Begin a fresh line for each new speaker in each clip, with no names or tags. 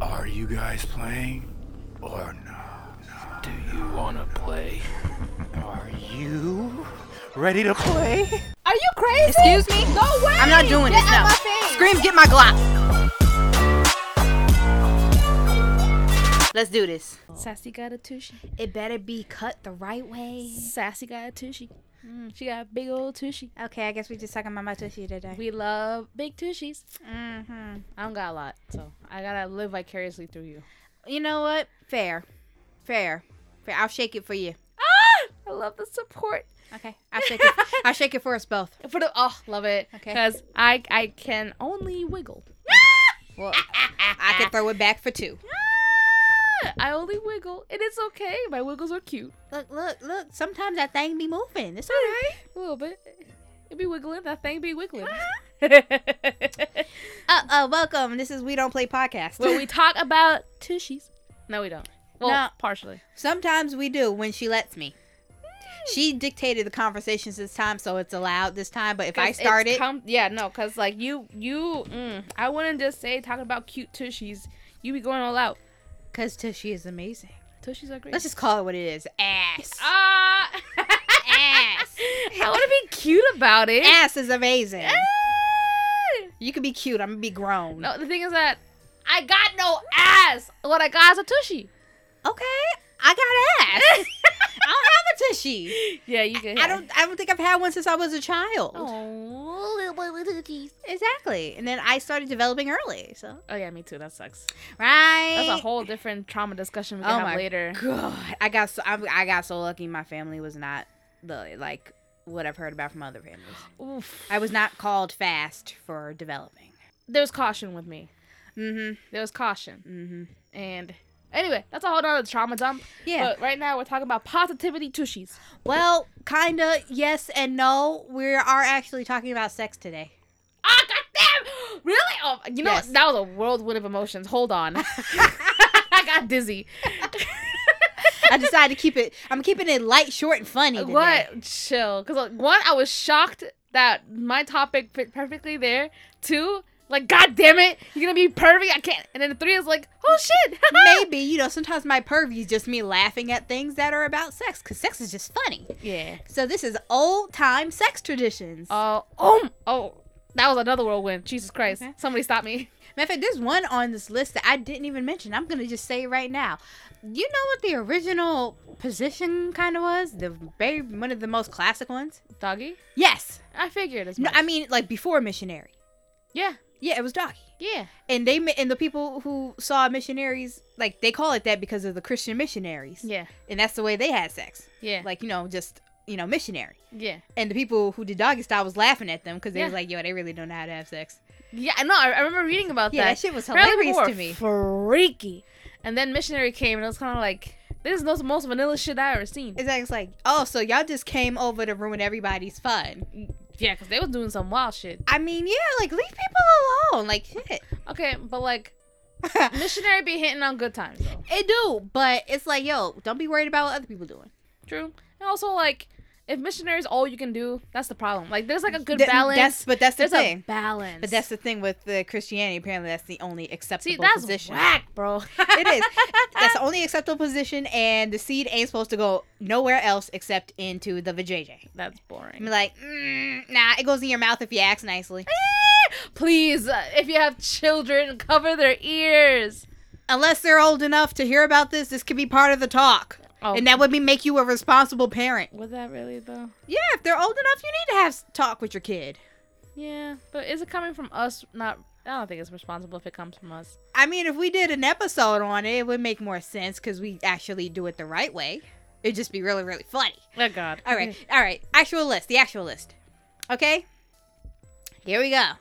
Are you guys playing or no? Do you want to play? Are you ready to play?
Are you crazy?
Excuse me?
Go away.
I'm not doing
Get
this. No.
out my face.
Scream, get my Glock. Let's do this.
Sassy got a tushy.
It better be cut the right way.
Sassy got a tushy. Mm, she got a big old tushy.
Okay, I guess we just talking about my tushy today.
We love big tushies.
hmm
I don't got a lot, so I gotta live vicariously through you.
You know what? Fair, fair, fair. I'll shake it for you. Ah!
I love the support
Okay, I'll shake it. I'll shake it for us both.
for the oh, love it.
Okay.
because I I can only wiggle.
Well, I can throw it back for two.
Ah, I only wiggle, and it's okay. My wiggles are cute,
Look, look, look. Sometimes that thing be moving. It's all right.
a little bit. It be wiggling. That thing be wiggling.
Uh, uh, welcome. This is We Don't Play Podcast.
When we talk about tushies, no, we don't. Well,
No.
partially.
Sometimes we do when she lets me. She dictated the conversations this time, so it's allowed this time. But if I
'Cause it's
start it,
com- yeah, no, because like you, you, mm, I wouldn't just say talking about cute tushies. You be going all out.
because Tushy is amazing.
Tushies are great.
Let's just call it what it is. Ass.
Ah,
Ass.
I want to be cute about it.
Ass is amazing.
Ah!
You can be cute. I'm gonna be grown.
No, the thing is that I got no ass. What I got is a tushy.
Okay, I got ass. I don't have a tushy.
Yeah, you can.
I don't. I don't think I've had one since I was a child.
Oh, little boy with tushies.
Exactly. And then I started developing early. So
Oh yeah, me too. That sucks.
right.
That's a whole different trauma discussion we can
Oh
have
my
later.
God, I got so I, I got so lucky. My family was not the like what I've heard about from other families.
Oof.
I was not called fast for developing.
There's caution with me.
Mm-hmm.
There was caution.
Mm-hmm.
And anyway, that's a whole nother trauma dump.
Yeah.
But right now we're talking about positivity tushies.
well, kinda yes and no. We are actually talking about sex today.
Ah, goddamn! Really? Oh, you know
Yes.
that was a whirlwind of emotions. Hold on. I got dizzy.
I decided to keep it. I'm keeping it light, short, and funny. Today.
What? Chill. Because like, one, I was shocked that my topic fit perfectly there. Two, like, god damn it, you're gonna be pervy. I can't. And then three is like, oh shit.
Maybe you know. Sometimes my purview is just me laughing at things that are about sex, cause sex is just funny.
yeah.
So this is old time sex traditions.
Oh. oh. m- Oh. That was another whirlwind. Jesus Christ.
Okay.
Somebody stop me.
Matter of fact, there's one on this list that I didn't even mention. I'm gonna just say it right now. You know what the original position kind of was? The very one of the most classic ones.
Doggy?
Yes.
I figured as
No,
much.
I mean like before missionary.
yeah.
Yeah, it was doggy.
Yeah.
And they mi- and the people who saw missionaries like they call it that because of the Christian missionaries.
Yeah.
And that's the way they had sex.
Yeah.
Like you know just you know missionary.
yeah.
And the people who did doggy style was laughing at them because they
Yeah.
was like, yo, they really don't know how to have sex.
Yeah. No, I, I remember reading about
Yeah, that,
that.
shit was
Apparently
hilarious
people
to
were
me.
Freaky. And then missionary came and it was kind of like, this is the most vanilla shit I ever seen.
It's like, it's like, oh, so y'all just came over to ruin everybody's fun.
Yeah, because they was doing some wild shit.
I mean, yeah, like leave people alone. Like shit.
Okay, but like missionary be hitting on good times though.
it do, but it's like, yo, don't be worried about what other people doing.
True. And also like if missionary is all you can do, that's the problem. Like there's like a good
Th-
balance.
That's but that's the
there's
thing.
a balance.
but that's the thing with the Christianity. Apparently, that's the only acceptable
see that's
position.
whack, bro.
It is. That's the only acceptable position, and the seed ain't supposed to go nowhere else except into the vajayjay.
That's
I'm
boring.
like, mm, nah, it goes in your mouth if you ask nicely.
Please, uh, if you have children, cover their ears.
Unless they're old enough to hear about this, this could be part of the talk.
Oh,
And that would be make you a responsible parent.
was that really though?
Yeah, if they're old enough, you need to have s- talk with your kid.
Yeah, but is it coming from us? Not. I don't think it's responsible if it comes from us.
I mean, if we did an episode on it, it would make more sense because we actually do it the right way. It'd just be really, really funny.
Oh God.
All right, all right. Actual list, the actual list. Okay, here we go.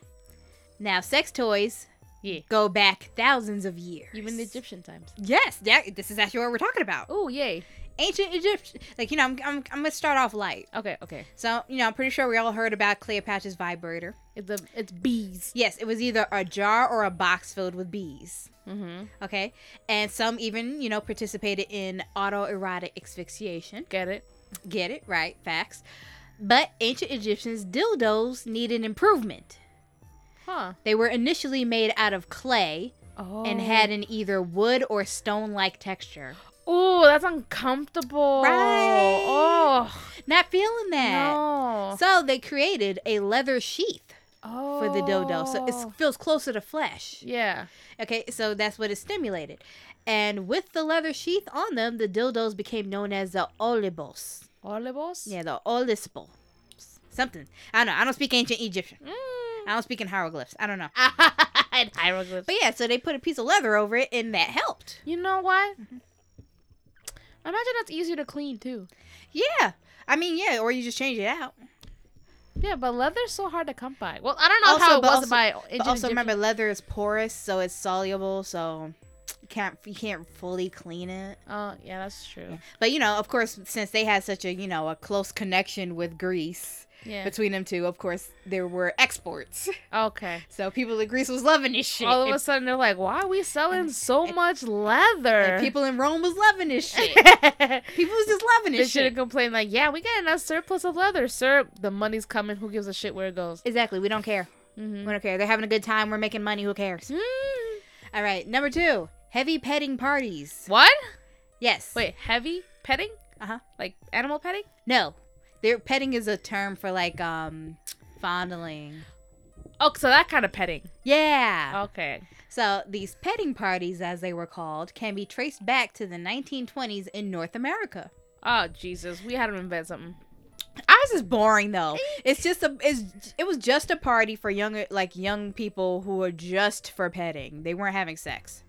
Now, sex toys
Yeah.
go back thousands of years.
Even the Egyptian times.
Yes, that, this is actually what we're talking about.
Oh yay.
Ancient Egypt. Like you know, I'm, I'm, I'm gonna start off light.
Okay. Okay.
So you know, I'm pretty sure we all heard about Cleopatra's vibrator.
It's a, it's bees.
Yes, it was either a jar or a box filled with bees.
Mm-hmm.
Okay. And some even, you know, participated in autoerotic asphyxiation.
Get it?
Get it? Right. Facts. But ancient Egyptians' dildos needed improvement.
Huh.
They were initially made out of clay
Oh.
and had an either wood or stone like texture.
Ooh, that's uncomfortable.
Right?
Oh
Not feeling that.
no.
So they created a leather sheath
oh.
for the dodo. So it feels closer to flesh.
yeah.
Okay, so that's what it stimulated. And with the leather sheath on them, the dildos became known as the olibos.
Olivos.
Yeah, the olispo. Something. I don't know. I don't speak ancient Egyptian.
Mm.
I don't speak in hieroglyphs. I don't know.
And hieroglyphs.
But yeah, so they put a piece of leather over it and that helped.
You know what?
Mm-hmm.
Imagine that's easier to clean too.
Yeah. I mean, yeah, or you just change it out.
Yeah, but leather's so hard to come by. Well, I don't know
Also,
how it
but
was
also-
by
But
ancient
also remember
Egyptian-
leather is porous, so it's soluble, so you can't you can't fully clean it.
Oh, yeah, that's true.
But you know, of course, since they had such a, you know, a close connection with Greece
Yeah.
between them two, of course, there were exports.
Okay.
So people in Greece was loving this shit.
All of a sudden, they're like, "Why are we selling so much leather?"
And people in Rome was loving this shit. People was just loving
they
this
should have
shit.
complained like, "Yeah, we got enough surplus of leather, sir. The money's coming. Who gives a shit where it goes?"
Exactly. We don't care. We
Mm-hmm.
don't care. They're having a good time. We're making money. Who cares?
"Hmm,
All right. Number two, heavy petting parties.
What?
Yes.
Wait, heavy petting?
Uh-huh.
Like animal petting?
No. Their petting is a term for like um fondling. Oh.
Oh, so that kind of petting.
Yeah.
Okay.
So, these petting parties, as they were called, can be traced back to the 1920s in North America.
Oh Jesus, we had to invent something.
Ours is boring though. It's just a it's, it was just a party for younger like young people who were just for petting. They weren't having sex.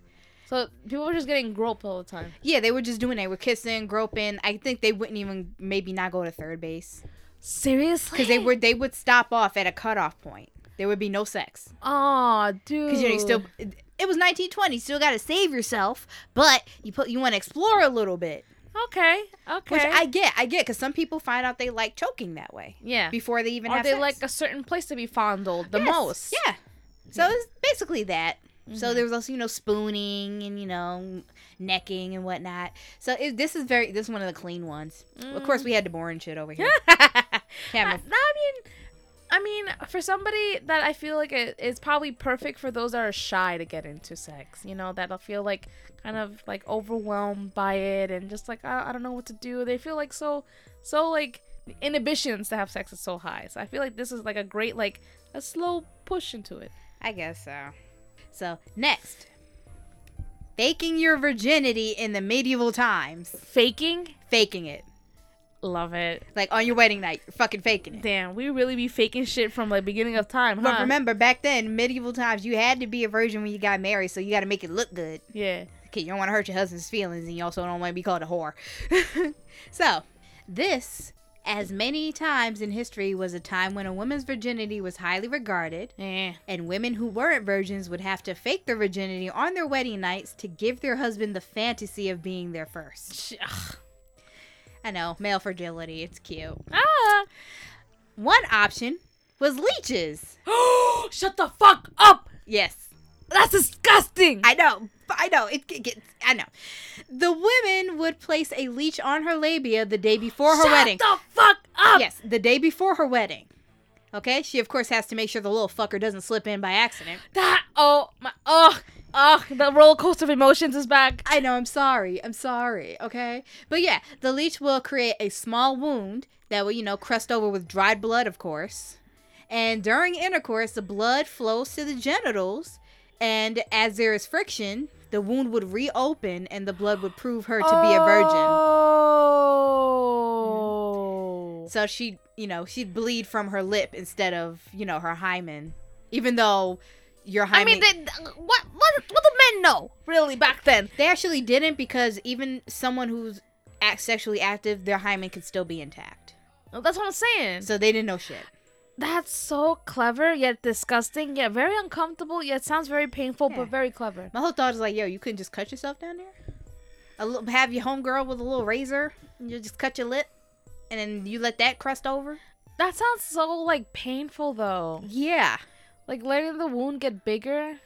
So people were just getting groped all the time.
Yeah, they were just doing it. They were kissing, groping. I think they wouldn't even maybe not go to third base
Seriously?
because they were they would stop off at a cutoff point. There would be no sex.
Oh, dude.
because you know you still it, it was 1920 you still got to save yourself but you put you want to explore a little bit
Okay. Okay.
which i get i get because some people find out they like choking that way
yeah.
before they even
Or
have
they
sex.
like a certain place to be fondled the
Yes,
most. Mm-hmm.
yeah so it's basically that so there was also you know spooning and you know necking and whatnot so it, this is very this is one of the clean ones of course we had the boring shit over here
Mm. I, I
Having-
mean, I mean, for somebody that I feel like it is probably perfect for those that are shy to get into sex, you know, that'll feel like kind of like overwhelmed by it and just like I, I don't know what to do. They feel like so, so like the inhibitions to have sex is so high. So I feel like this is like a great like a slow push into it.
i guess so so next faking your virginity in the medieval times
Faking,
faking it
love it.
Like on your wedding night, you're fucking faking it.
Damn, we really be faking shit from like beginning of time, huh?
But remember, back then, medieval times, you had to be a virgin when you got married, so you got to make it look good.
yeah.
Okay, you don't want to hurt your husband's feelings, and you also don't want to be called a whore. so, this, as many times in history, was a time when a woman's virginity was highly regarded,
Yeah.
and women who weren't virgins would have to fake their virginity on their wedding nights to give their husband the fantasy of being there first. I know, male fragility, it's cute.
Ah.
One option was leeches.
Shut the fuck up!
Yes.
That's disgusting!
I know. I know. It, it gets. I know. The women would place a leech on her labia the day before her
Shut
wedding.
the fuck up!
yes, the day before her wedding. Okay, she of course has to make sure the little fucker doesn't slip in by accident.
That, oh, my, oh, oh, the roller coaster of emotions is back.
I know. I'm sorry. I'm sorry. Okay, but yeah, the leech will create a small wound that will, you know, crust over with dried blood, of course. And during intercourse, the blood flows to the genitals, and as there is friction, the wound would reopen, and the blood would prove her to be a virgin.
Oh.
So she, you know, she'd bleed from her lip instead of, you know, her hymen. Even though your hymen.
I mean, they, what, what, what do men know, really, back then?
they actually didn't because even someone who's act- sexually active, their hymen could still be intact.
Well, That's what I'm saying.
So they didn't know shit.
That's so clever, yet disgusting, yet very uncomfortable, yet sounds very painful,
Yeah.
but very clever.
My whole thought is like, yo, you couldn't just cut yourself down there? A little, have your homegirl with a little razor and you just cut your lip and then you let that crust over?
That sounds so, like, painful, though.
Yeah.
Like, letting the wound get bigger.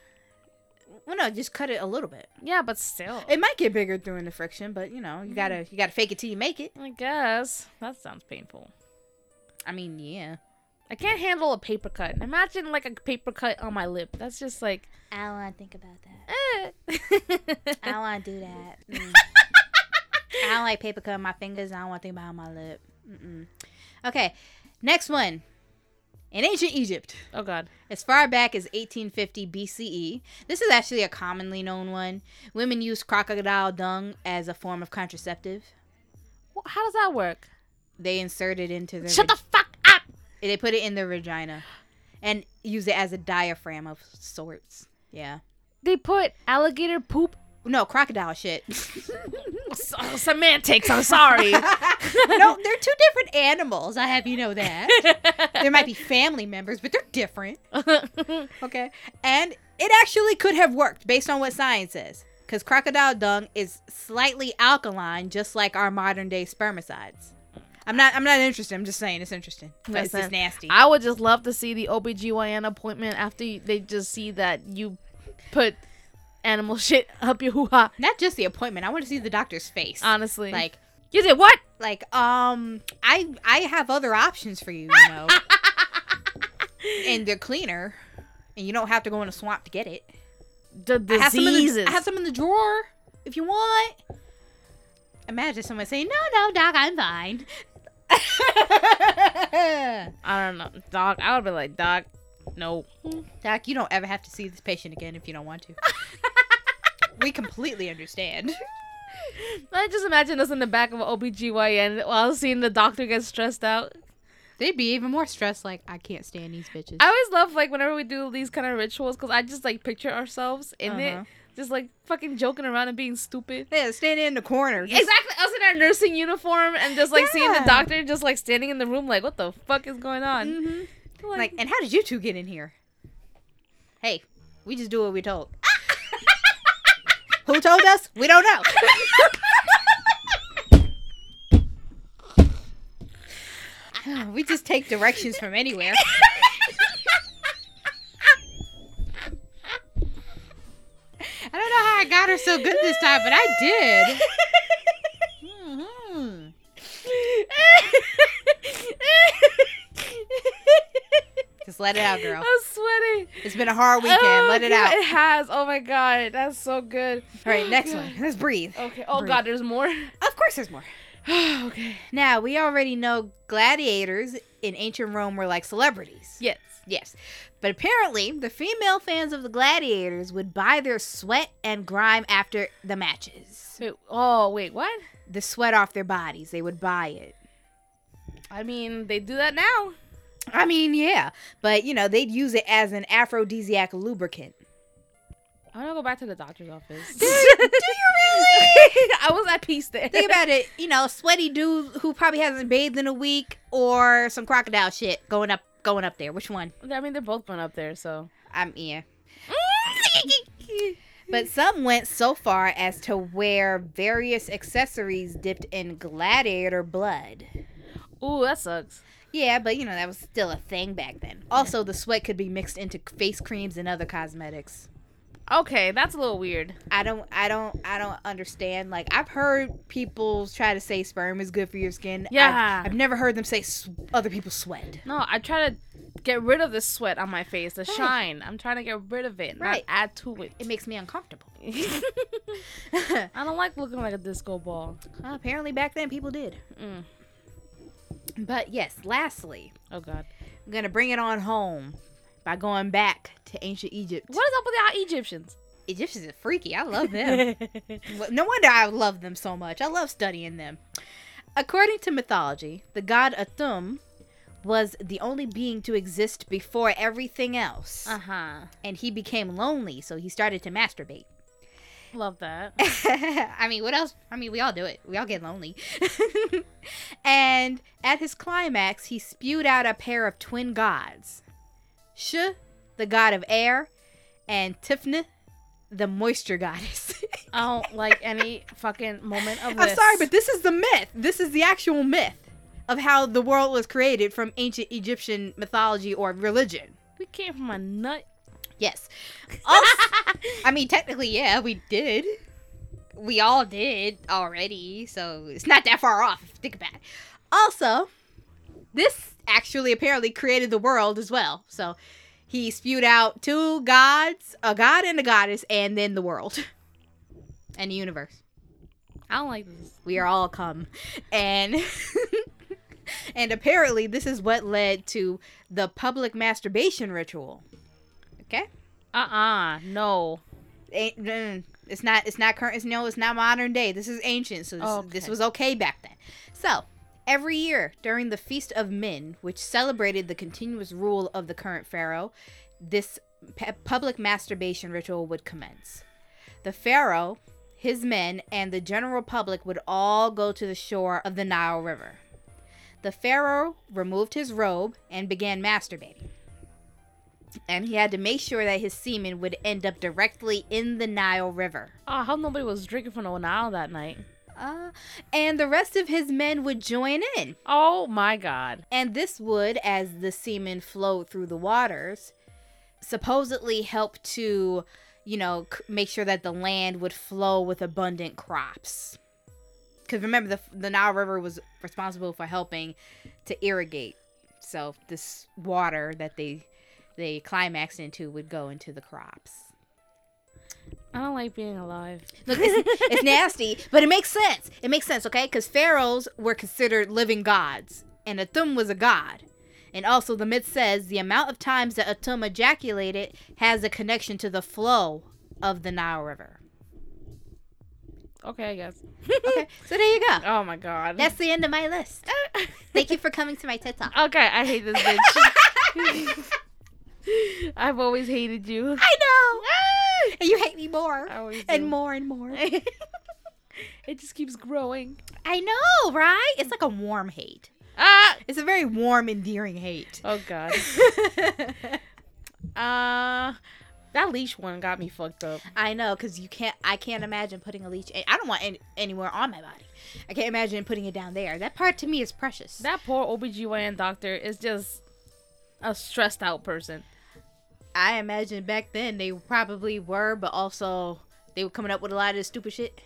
Well, no, just cut it a little bit.
Yeah, but still.
It might get bigger during the friction, but you know, you gotta you gotta fake it till you make it.
I guess. That sounds painful.
I mean, yeah.
I can't handle a paper cut. Imagine like a paper cut on my lip. That's just like.
I don't want to think about that.
Eh.
I don't want to do that. Mm. I don't like paper cutting my fingers. I don't want to think about it on my lip. Mm-mm. Okay, next one. In ancient Egypt,
oh God.
as far back as 1850 BCE, E, this is actually a commonly known one. Women used crocodile dung as a form of contraceptive.
Wh- How does that work?
They inserted into their
Shut the fuck up.
they put it in their vagina, and use it as a diaphragm of sorts. Yeah,
They put alligator poop.
no crocodile shit.
S- semantics. I'm sorry.
no, they're two different animals. I have you know that. there might be family members, but they're different. Okay. And it actually could have worked based on what science says. Because crocodile dung is slightly alkaline, just like our modern day spermicides. I'm not I'm not interested. I'm just saying it's interesting. But it's just
Listen,
nasty.
I would just love to see the OBGYN appointment after you, they just see that you put animal shit up your hoo ha.
not just the appointment. I want to see the doctor's face.
Honestly.
like
you did what?
like um I I have other options for you, you know. and they're cleaner. And you don't have to go in a swamp to get it.
The
I have some in the-
diseases.
I have some in the drawer if you want. Imagine someone saying, "No, no, doc, I'm fine."
I don't know, doc. I would be like, doc, no.
doc, you don't ever have to see this patient again if you don't want to. we completely understand.
I just imagine us in the back of an OBGYN while seeing the doctor get stressed out.
They'd be even more stressed. Like, I can't stand these bitches.
I always love like whenever we do these kind of rituals because I just like picture ourselves in
Uh-huh.
it, just like fucking joking around and being stupid.
yeah, standing in the corner. just-
Exactly, us in our nursing uniform and just like seeing
Yeah.
the doctor just like standing in the room, like what the fuck is going on?
Mhm.
Like,
Like, and how did you two get in here? Hey, we just do what we told. Who told us? We don't know. we just take directions from anywhere. I don't know how I got her so good this time, but I did. Mhm. Just let it out, girl.
I'm sweating.
It's been a hard weekend.
Oh,
let it
God,
out.
It has. Oh my god, that's so good.
All right, next one. Let's breathe.
Okay. Oh
Breathe.
god, there's more.
Of course, there's more.
okay.
Now, we already know gladiators in ancient Rome were like celebrities.
Yes.
Yes. But apparently, the female fans of the gladiators would buy their sweat and grime after the matches.
Wait, oh wait, what?
The sweat off their bodies, they would buy it.
I mean, they do that now.
I mean, yeah, but you know, they'd use it as an aphrodisiac lubricant.
I'm gonna go back to the doctor's office.
Do you really?
I was at peace there.
Think about it, you know, sweaty dude who probably hasn't bathed in a week or some crocodile shit going up going up there. Which one?
I mean, they're both going up there, so.
I'm yeah. But some went so far as to wear various accessories dipped in gladiator blood.
Ooh, that sucks.
Yeah, but you know, that was still a thing back then. Also, the sweat could be mixed into face creams and other cosmetics.
Okay, that's a little weird.
I don't I don't I don't understand. Like I've heard people try to say sperm is good for your skin. I've-
Yeah.
I've, never heard them say s other people's sweat.
No, I try to get rid of the sweat on my face, the shine. I'm trying to get rid of it,
Right.
not add to it.
It makes me uncomfortable.
I don't like looking like a disco ball.
Well, apparently back then people did.
Mm.
But yes, lastly,
Oh God,
I'm gonna bring it on home by going back to ancient Egypt.
what is up with y'all Egyptians?
Egyptians are freaky. I love them. Well, no wonder I love them so much. I love studying them. According to mythology, the god Atum was the only being to exist before everything else,
uh huh.
and he became lonely, so he started to masturbate.
Love that.
I mean, what else? I mean, we all do it. We all get lonely. and at his climax, he spewed out a pair of twin gods Sh, the god of air, and Tifnith, the moisture goddess.
I don't like any fucking moment of this.
I'm sorry, but this is the myth. This is the actual myth of how the world was created from ancient Egyptian mythology or religion.
we came from a nut.
Yes. Also- I mean, technically, yeah, we did. We all did already, so it's not that far off. If you think about it. Also, this actually apparently created the world as well. So he spewed out two gods, a god and a goddess, and then the world and the universe.
I don't like this.
We are all come. And and apparently this is what led to the public masturbation ritual. Okay?
Uh-uh. No.
Ain't- mm, It's not. It's not current. It's no. It's not modern day. This is ancient. So this, this
Okay.
was okay back then. So every year during the Feast of Men, which celebrated the continuous rule of the current pharaoh, this p- public masturbation ritual would commence. The pharaoh, his men, and the general public would all go to the shore of the Nile River. The pharaoh removed his robe and began masturbating and he had to make sure that his semen would end up directly in the Nile River.
Oh, I hope nobody was drinking from the Nile that night.
Uh, and the rest of his men would join in.
Oh my god.
And this would, as the semen flowed through the waters, supposedly help to, you know, c- make sure that the land would flow with abundant crops. Because remember, the, the Nile River was responsible for helping to irrigate. So this water that they they climaxed into would go into the crops.
I don't like being alive.
Look, it's, it's nasty, but it makes sense. It makes sense, okay? Because pharaohs were considered living gods, and Atum was a god. And also, the myth says the amount of times that Atum ejaculated has a connection to the flow of the Nile River.
Okay, I guess.
Okay, so there you go.
Oh my god.
That's the end of my list. Thank you for coming to my TED Talk.
Okay, I hate this bitch. I've always hated you.
I know! and you hate me more.
I always do.
And more and more.
It just keeps growing.
I know, right? It's like a warm hate.
Ah!
It's a very warm, endearing hate.
Oh god. Uh that leash one got me fucked up.
I know, cause you can't. I can't imagine putting a leech. I don't want any, anywhere on my body. I can't imagine putting it down there. That part to me is precious.
That poor OBGYN doctor is just a stressed out person.
I imagine back then they probably were, but also they were coming up with a lot of this stupid shit.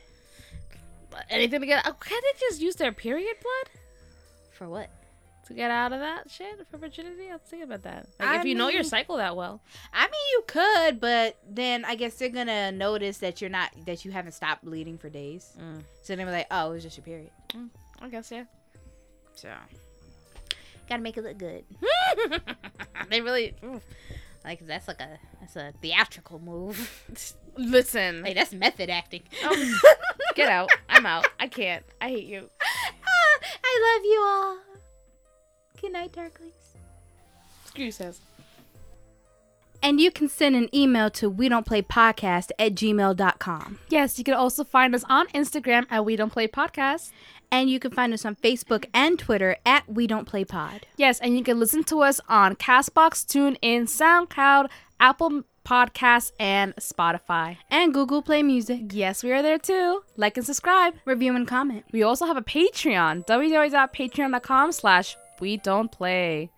Anything to get oh, can't they just use their period blood
For what?
to get out of that shit for virginity? I'll think about that. Like
I
if you know your
mean-
cycle that well.
I mean, you could, but then I guess they're gonna notice that you're not that you haven't stopped bleeding for days.
Mm.
So they were like, "Oh, it was just your period."
I guess yeah.
So gotta make it look good.
they really
Like that's like a that's a theatrical move.
listen.
like that's method acting.
Um, Get out. I'm out. I can't. I hate you.
Ah, I love you all. Good night, Darklings.
Screw you, says.
And you can send an email to we don't play podcast at gmail.com.
Yes, you can also find us on Instagram at We Don't Play Podcast.
And you can find us on Facebook and Twitter at We Don't Play Pod.
Yes, and you can listen to us on Castbox, TuneIn, SoundCloud, Apple Podcasts, and Spotify.
And Google Play Music.
Yes, we are there too. Like and subscribe.
Review and comment.
We also have a Patreon, www.patreon.com slash we don't play.